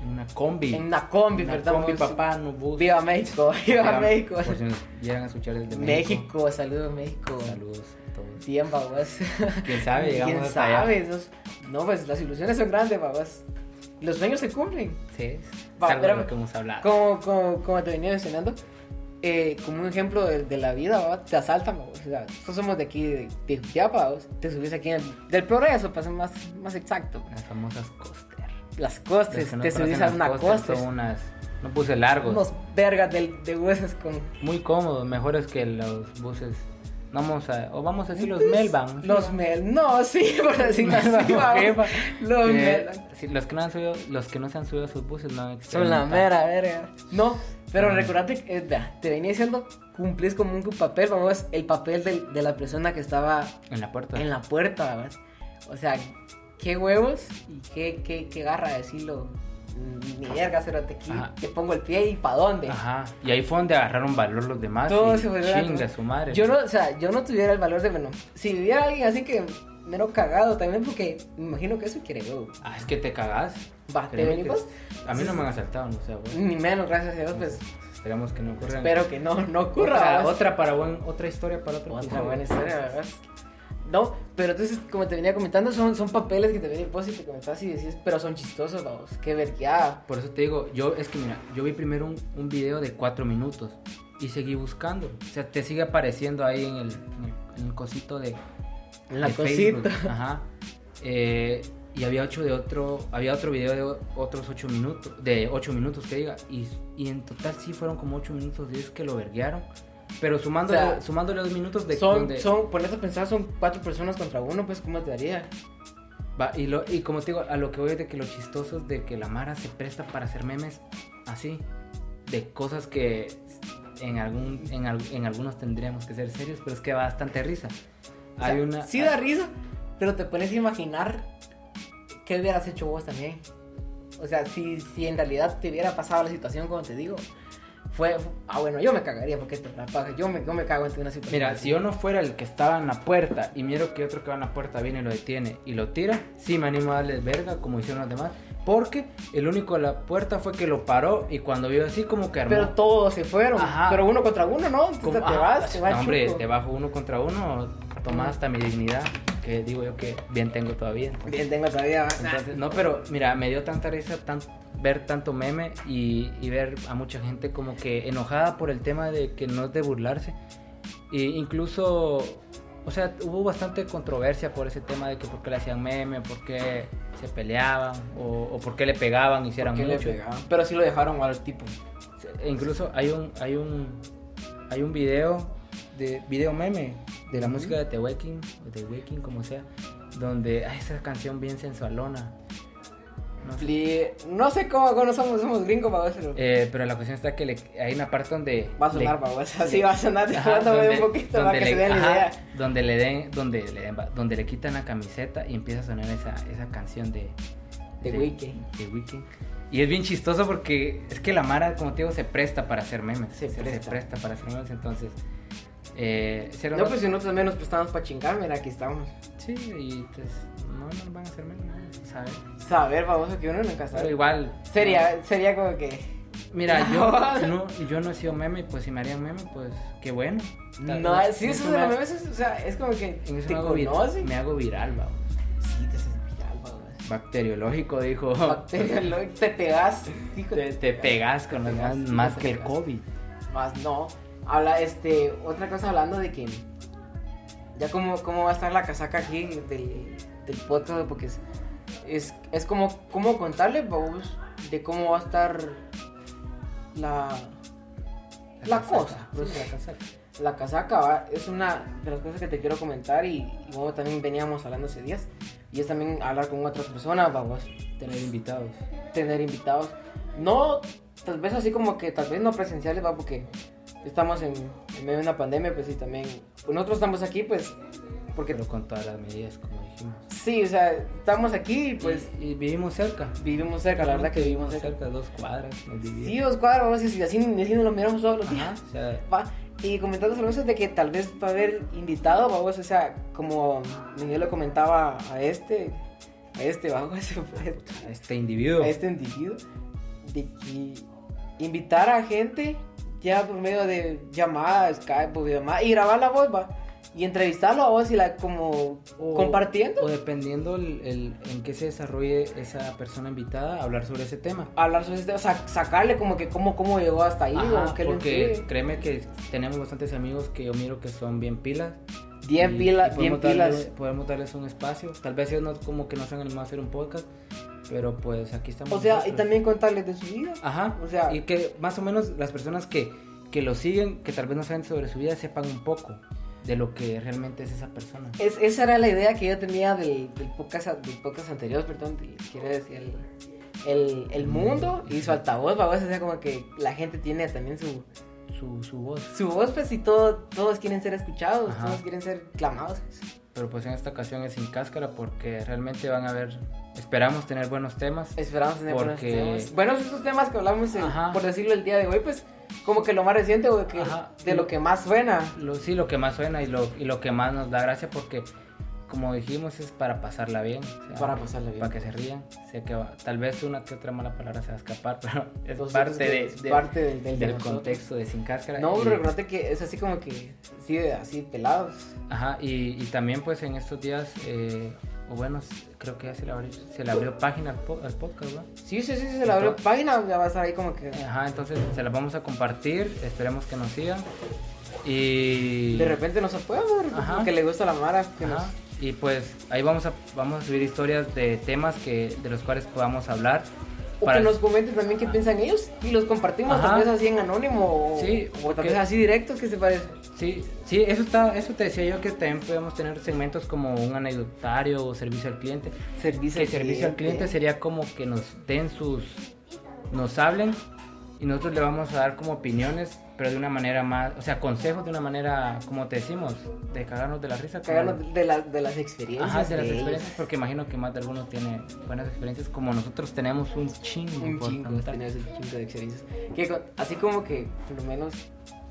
En una combi. En una combi, Una perdón. combi, vos. papá, no bus. Viva México, viva Llegan- México. Por si nos llegan a escuchar desde México. México, saludos México. Saludos a todos. Bien, babas. ¿Quién sabe? Llegamos ¿Quién hasta allá. sabe? Esos- No, pues las ilusiones son grandes, babas. Los sueños se cumplen. Sí, es Va, algo de lo espérame. que hemos hablado. Como, como, como te venía mencionando, eh, como un ejemplo de, de la vida, babas, te asaltan, babas. O sea, nosotros somos de aquí, de Tijuquiapa, babas. Te subís aquí en el, del progreso, para ser más, más exacto. Las famosas coster. Las Los costes, que no te conocen subís a las una coster costa. Son unas, no puse largos. Unos vergas de, de huesos con Muy cómodos, mejores que los buses. Vamos a, o vamos a decir los Melban. Los mel, no, sí, por decirlo así, Melvan, vamos. jefa. Los Eh, mel. sí, los que no han subido, los que no se han subido a sus buses no han Son la experimentado. mera verga. No, pero Mm. recordate que, eh, vea, te venía diciendo, cumplís como un papel, vamos, el papel del- de la persona que estaba En la puerta. en la puerta, vamos. O sea, qué huevos y qué, qué, qué garra decirlo. Ni verga, cerote aquí. Ajá. Te pongo el pie y pa' dónde. Ajá. Y ahí fue donde agarraron valor los demás. Todo y se volvió la- Chinga su madre. Yo no, o sea, yo no tuviera el valor de menos. Si viviera alguien así que menos cagado también, porque me imagino que eso quiere huevo. Ah, es que te cagás. Va, te Créeme que- venimos. A mí no me han asaltado, no sé, güey. Ni menos, gracias a Dios, pues. Esperamos que no ocurra. Espero que no, no ocurra. otra, ¿verdad? otra para buen, otra historia para otro. Otra episodio. buena historia, ¿verdad? No, pero entonces, como te venía comentando, son, son papeles que te venía vos y te comentás y decís, pero son chistosos, vamos, qué vergueada. Por eso te digo, yo es que mira, yo vi primero un, un video de cuatro minutos y seguí buscando. O sea, te sigue apareciendo ahí en el, en el, en el cosito de, La de cosita. Facebook. Ajá. Eh, y había ocho de otro, había otro video de o- otros ocho minutos, de ocho minutos que diga. Y, y en total sí fueron como ocho minutos diez que lo verguearon. Pero sumándole, O sea, sumándole dos minutos de son, donde- son, ponete a pensar, son cuatro personas contra uno, pues, ¿cómo te daría? Va, y, lo- y como te digo, a lo que voy es de que lo chistoso es de que la Mara se presta para hacer memes así, de cosas que en, algún, en, al- en algunos tendríamos que ser serios, pero es que da bastante risa. O sea, Hay una... Sí da risa, pero te pones a imaginar qué hubieras hecho vos también. O sea, si, si en realidad te hubiera pasado la situación, como te digo, fue, fue- ah, bueno, yo me cagaría porque esto es la paja, yo me, yo me cago ante una situación. Mira, así. si yo no fuera el que estaba en la puerta y miro que otro que va en la puerta viene y lo detiene y lo tira, sí me animo a darle verga como hicieron los demás, porque el único de la puerta fue que lo paró y cuando vio así como que armó... Pero todos se fueron, Ajá. pero uno contra uno, ¿no? Entonces como- te ah, vas, te vas no, hombre, chuco. te bajo uno contra uno, toma hasta mi dignidad. que digo yo que bien tengo todavía. entonces. Bien, tengo todavía. ¿va? Entonces, no, pero mira, me dio tanta risa tan- ver tanto meme y, y ver a mucha gente como que enojada por el tema de que no es de burlarse. E incluso, o sea, hubo bastante controversia por ese tema de que por qué le hacían meme, por qué se peleaban o, o por qué le pegaban, hicieran ¿Por qué le mucho. pegaban? Pero sí lo dejaron al tipo. E incluso hay un, hay un, hay un video de video meme de la Ujú. música de The Waking, o The Waking como sea, donde hay esa canción bien sensualona. No sé. Fli- No sé cómo, cómo no somos, somos gringos, babos. pero Eh, pero la cuestión está que le- hay una parte donde va a sonar, le- babos. Así le- va a sonar. Ajá, Dándome un donde- poquito para donde que le- se den la ajá, idea. Donde le den, donde le den, va- donde le quitan la camiseta y empieza a sonar esa, esa canción de The Weeknd. de Weeknd. Y es bien chistoso porque es que la Mara, como te digo, se presta para hacer memes. Se presta. para hacer memes, entonces. eh, se lo No, va- pues si no, también nos prestamos para chingar. Mira, aquí estamos. Sí, y pues no nos van a hacer memes, ¿no? ¿sabes? Saber, babos, que uno nunca Pero sabe. igual. Sería, sería como que. Mira, yo no, yo no he sido meme, pues si me harían meme, pues qué bueno. No, Tal- sí, en eso eso de me- los memes, es- o sea, es como que en eso te me hago vir- conocen. Me hago viral, vamos. Sí, te haces viral, babos. Bacteriológico, dijo. Bacteria, lo- te pegas. hijo, Te, te pegas con Te los pegas, más, te más que el pegas. COVID. Más no. Habla, este, otra cosa hablando de que. Ya como, cómo va a estar la casaca aquí del, del podcast, porque es, es, es como, como contarle, babos, de cómo va a estar la, La cosa. Sí, la casaca. la casaca. ¿va? Es una de las cosas que te quiero comentar y, y como también veníamos hablando hace días. Y es también hablar con otras personas, babos. Tener invitados. tener invitados. No, tal vez así como que tal vez no presenciales, va, porque estamos en, en medio de una pandemia, pues y también nosotros estamos aquí, pues, porque Pero con todas las medidas, como dijimos. sí, o sea, estamos aquí, pues Pues, y, vivimos cerca. vivimos cerca, la verdad que vivimos cerca. dos cuadras. Nos Sí, dividimos. dos cuadros, vamos, y si así, así nos lo miramos todos los Ajá, días. o sea, Va, y comentando sobre eso de que tal vez va a haber invitado, vamos, o sea, como Miguel lo comentaba a este, a este, vamos, a este, a este individuo. a este individuo de que invitar a gente ya por medio de llamada, Skype o videollamada y grabar la voz, va. Y entrevistarlo a vos y la como O- compartiendo, O dependiendo el- el- en qué se desarrolle esa persona invitada, hablar sobre ese tema. hablar sobre este, o sea, sacarle como que cómo, cómo llegó hasta ahí, Ajá, o qué le porque influye. créeme que tenemos bastantes amigos que yo miro que son bien pilas 10 Y- pilas, y 10 podemos darle- pilas. podemos darles un espacio. Tal vez ellos no, como que no se han animado a hacer un podcast, pero pues aquí estamos. O sea, y nosotros. también contarles de su vida. Ajá. o sea- y que más o menos las personas que, que lo siguen, que tal vez no saben sobre su vida, sepan un poco de lo que realmente es esa persona. Es- esa era la idea que yo tenía del, del, podcast, del podcast anterior, perdón, del- quiero decir, el, el, el Mm. mundo y su altavoz, babos, o sea, como que la gente tiene también su, Su, su voz. su voz, pues, y todo, todos quieren ser escuchados, Ajá. todos quieren ser clamados. Pero pues en esta ocasión es sin cáscara porque realmente van a ver, esperamos tener buenos temas. Esperamos tener buenos Porque- temas. Buenos estos temas que hablamos, el- Ajá. por decirlo, el día de hoy, pues, como que lo más reciente, o que, Ajá. de lo que más suena. Lo, sí, lo que más suena y lo, y lo que más nos da gracia porque, como dijimos, es para pasarla bien. o sea, Para pasarla bien. Para que se rían. Sé que va- tal vez una que otra mala palabra se va a escapar, pero es Entonces, parte, de- es de- parte del, del, de del nosotros. contexto de Sin Cáscara. No, y- pero recordate que es así como que, sí, así pelados. Ajá, y, y también pues en estos días, eh, o bueno, s- creo que ya se le abrió, se le abrió página al, po- al podcast, ¿va? Sí, sí, sí, se le abrió Entonces- página, ya va a estar ahí como que... Ajá, entonces se las vamos a compartir, esperemos que nos sigan. Y... De repente nos apoya, de repente Ajá. como que pues, le gusta la mara. que nos- Ajá, y pues ahí vamos a, vamos a subir historias de temas que, de los cuales podamos hablar. O para- que nos comenten también qué piensan ellos y los compartimos Ajá. tal vez así en anónimo o, Sí, o tal que- vez así directos, ¿qué te parece? Sí, sí, eso está, eso te decía yo que también podemos tener segmentos como un anecdotario o servicio al cliente. Servicio que el servicio al cliente sería como que nos den sus nos hablen y nosotros le vamos a dar como opiniones pero de una manera más o sea consejos de una manera como te decimos de cagarnos de la risa como- Cagarnos de, la- de las experiencias. Ajá, de las ellos. experiencias porque imagino que más de alguno tiene buenas experiencias como nosotros tenemos un chingo Un por chingo, contar. tenías un chingo de experiencias. Que con- así como que por lo menos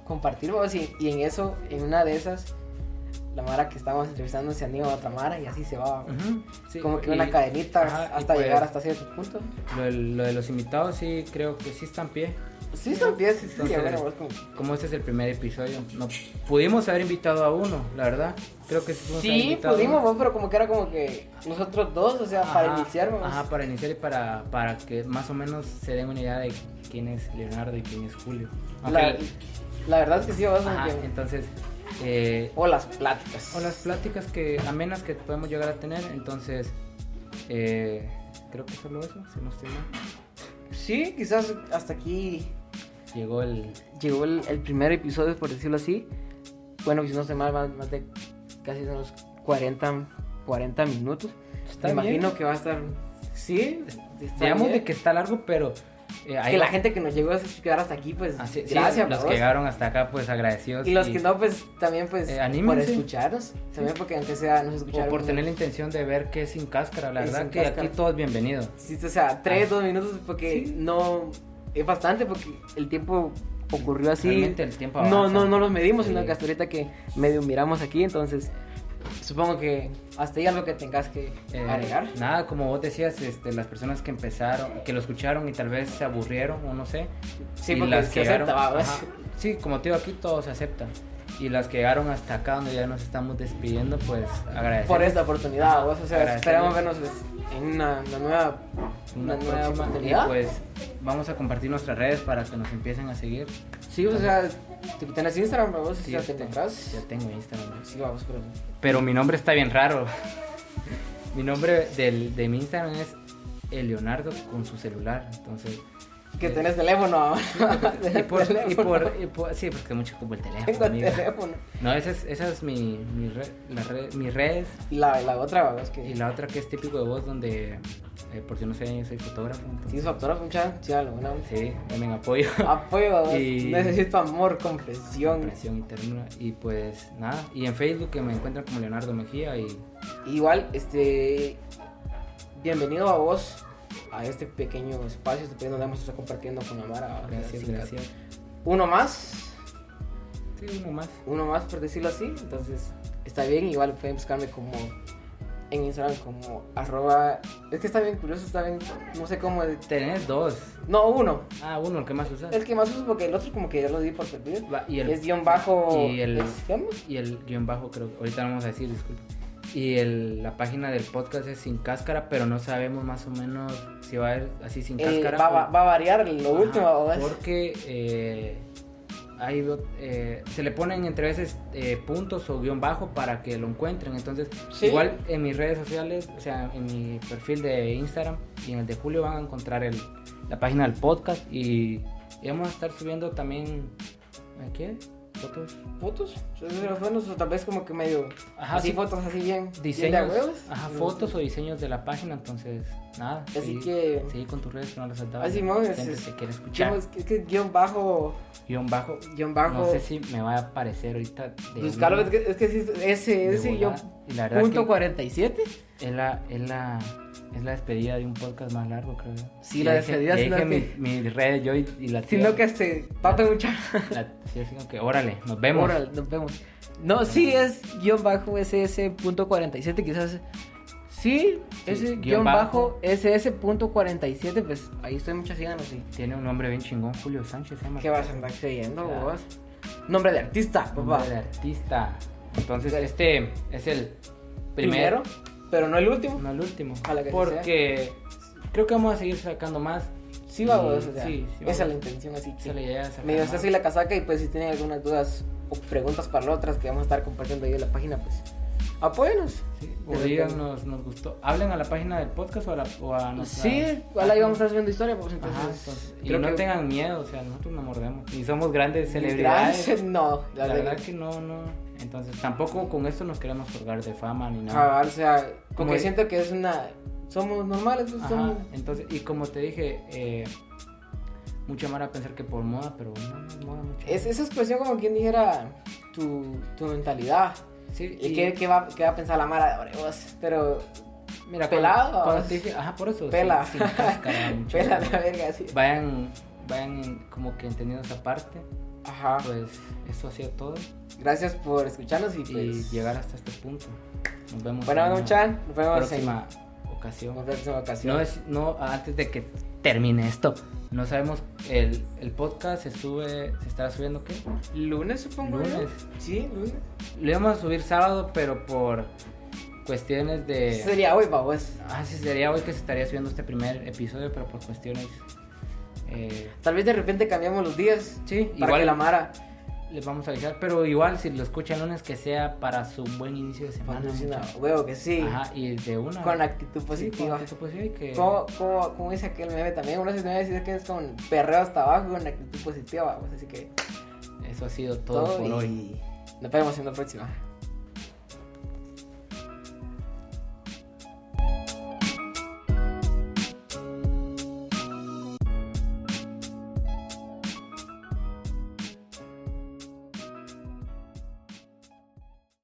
compartir, vamos, y, y en eso, en una de esas, la Mara que estábamos entrevistando se anima a otra Mara y así se va. güey. Ujú, sí, como que y una cadenita ajá, y hasta pues- llegar hasta cierto punto. Lo de, lo de los invitados sí creo que sí están pie. Sí, son pies, sí, sí, Entonces- a ver, a ver, como- Como este es el primer episodio, no pudimos haber invitado a uno, la verdad. Creo que sí pudimos Sí, haber invitado a pudimos, uno. vos, pero como que era como que nosotros dos, o sea, para Ajá, iniciar, vamos. Ajá, para iniciar y para, para que más o menos se den una idea de quién es Leonardo y quién es Julio. Aunque- la, la verdad es que sí, vos, como ajá, que- entonces, eh, O las pláticas. o las pláticas que amenas que podemos llegar a tener, entonces, eh, creo que solo eso, si no estoy mal. Sí, quizás hasta aquí Llegó el... llegó el, el primer episodio, por decirlo así. Bueno, si no se mal, más, más de casi unos 40, 40 minutos. Está Me bien. imagino que va a estar. Sí, está Digamos bien. de que está largo, pero... eh, Que la gente que nos llegó a quedar hasta aquí, pues Así- sí, gracias los bros. que llegaron hasta acá, pues agradecidos. Y los que no, pues también, pues Eh, por anímense. escucharnos. También porque aunque sea, nos O escucharon. por tener la intención de ver que es sin cáscara. La pues, Es verdad sin que cáscara. aquí todo es bienvenido. Sí, o sea, tres, dos minutos, porque Sí. no. Es bastante, porque el tiempo ocurrió así. Realmente el tiempo No, avanza. no, no los medimos, sino Sí. que hasta ahorita que medio miramos aquí, entonces supongo que hasta ahí algo que tengas que Eh, agregar. Nada, como vos decías, este, las personas que empezaron, que lo escucharon y tal vez se aburrieron o no sé. Sí, y porque las se que llegaron- acepta, va, ajá. Sí, como te digo, aquí todo se acepta. Y las que llegaron hasta acá, donde ya nos estamos despidiendo, pues agradecer. Por esta oportunidad, vos, o sea, Agradecerles. esperamos vernos pues, en una, una nueva, una nueva próxima. oportunidad. Y pues vamos a compartir nuestras redes para que nos empiecen a seguir. sí, o sea, te tenés Instagram, vos, Sí, o sea, ya te tengo- encontrás. Ya tengo Instagram. ¿no? Sí, vamos, pero Pero mi nombre está bien raro. Mi nombre del, de mi Instagram es el Leonardo con su celular. Entonces. que eh, tenés teléfono, y por, y teléfono. por- y por- sí, porque mucho como el teléfono. tengo amigo. teléfono. No, esa es, esa es mi, mi re- la red- mis redes. Y la, la otra, vos, que Y la otra que es típico de vos, donde. eh, porque no sé, yo soy fotógrafo. sí, Ah, Entonces, su autora, mucha, sí, alguna. sí, también apoyo. Apoyo, vos, Y- necesito amor, comprensión. Presión y ternura. Y pues nada. Y en Facebook que me encuentran como Leonardo Mejía. Y Igual, este. Bienvenido a vos a este pequeño espacio, este pequeño donde vamos a estar compartiendo con Amara. o sea, gracias, Ah, sí, gracias. Uno más, Sí, uno más. uno más por decirlo así, entonces está bien. Igual pueden buscarme como en Instagram, como arroba. Es que está bien curioso, está bien. No sé cómo. de- Tenés dos. No, uno. Ah, uno, el que más usas. El que más uso porque el otro, como que ya lo di por perdido. Va, y el, Es guión bajo. y el- es- ¿cómo? y el guión bajo, creo que ahorita lo vamos a decir, disculpe. Y el, la página del podcast es sin cáscara, pero no sabemos más o menos si va a haber así sin El- cáscara. Eh, va, pues, va- o- va a variar lo Ajá, último. ¿verdad? Porque eh, hay do- eh, se le ponen entre veces eh, puntos o guión bajo para que lo encuentren. Entonces, Sí. igual en mis redes sociales, o sea, en mi perfil de Instagram y en el de Julio van a encontrar el, la página del podcast y, y vamos a estar subiendo también. ¿a ¿Qué? ¿Fotos? fotos, o sea, los fotos, o tal vez como que medio Ajá, así sí. fotos así bien bien de a diseños, huevos. ajá, Mm. fotos o diseños de la página, entonces nada. Así seguí- que- seguí con tus redes que no las has dado. Así, mo, es- gente pues, es- se quiere escuchar. Digamos que- que guión bajo, Guión bajo. guión bajo. No sé si me va a aparecer ahorita. de buscarlo, Pues, es nuevo, que, es que sí, ese, de ese guión volada. Y la verdad punto que 47. es la, es la es la despedida de un podcast más largo, creo. yo. Sí, Y la ya dije- despedida, ya sino dije que- mi, mi red yo y, y la Sino tía- que este, pato mucha. la- sí, así como que, órale, nos vemos. Órale, nos vemos. No, sí es guión bajo SS punto 47, quizás. Sí, Sí, ese guión guión bajo bajo. SS punto 47, pues ahí estoy muchas síganos y Tiene un nombre bien chingón, Julio Sánchez. se llama. ¿Qué vas a andar creyendo Claro. vos? Nombre de artista, papá. Nombre de artista. Entonces, este es el Primero, primero. pero no el último. No el último. Ojalá que así porque creo que vamos a seguir sacando más. Sí, va, Y- vos, o sea, sí, sí, esa es vamos. la intención, así Se le que. llega a sacar Medio más. está así la casaca y pues si tienen algunas dudas o preguntas para las otras que vamos a estar compartiendo ahí en la página, pues apóyanos. Sí, o De díganos, nos gustó. Hablen a la página del podcast o a, la, o a nuestra- Sí, igual ahí vamos a estar subiendo historia, pues entonces. Ajá, entonces, y creo no que- tengan miedo, o sea, nosotros nos mordemos. Y somos grandes celebridades. Gracias, No, La la, verdad verdad que no, no. Entonces, tampoco con esto nos queremos colgar de fama ni nada. Cabal, Ah, o sea, como Como que el- siento que es una. Somos normales, pues, Ajá, somos. Entonces, y como te dije, eh, mucha mara pensar que por moda, pero no, no es moda mucho. Es, esa es cuestión como quien dijera tu, tu mentalidad. Sí, ¿Y qué, qué va, qué va a pensar la Mara de ahora, vos? Pero mira, pelado, Cuando, cuando o- te dije, ajá, por eso. Pela. sin- sin cáscara, mucho. pela la verga, sí. Vayan, vayan en- como que entendiendo esa parte. Ajá. Pues eso ha sido todo Gracias por escucharnos y y pues. llegar hasta este punto. Nos vemos Buenas en una noches, nos vemos en próxima una ocasión. próxima ocasión. No es, no, antes de que termine esto, no sabemos, el, el podcast se sube, se estará subiendo qué? Lunes, supongo. Lunes. ¿no? Sí, lunes. Lo íbamos a subir sábado, pero por cuestiones de... Sería hoy, pues. babos. Ah, sí, sería hoy que se estaría subiendo este primer episodio, pero por cuestiones... eh, Tal vez de repente cambiamos los días. sí, Para igual Ah, que la Mara les vamos a avisar, pero igual si lo escuchan lunes que sea para su buen inicio de semana. patrocina. muchachos. Huevo que sí. Ajá, y de una... Con actitud Sí, con positiva. actitud positiva y que... como, como, como dice aquel meme también, uno se debe decir que es con perreo hasta abajo y con actitud positiva. babos. Así que Eso ha sido todo, por y hoy. Nos vemos en la próxima.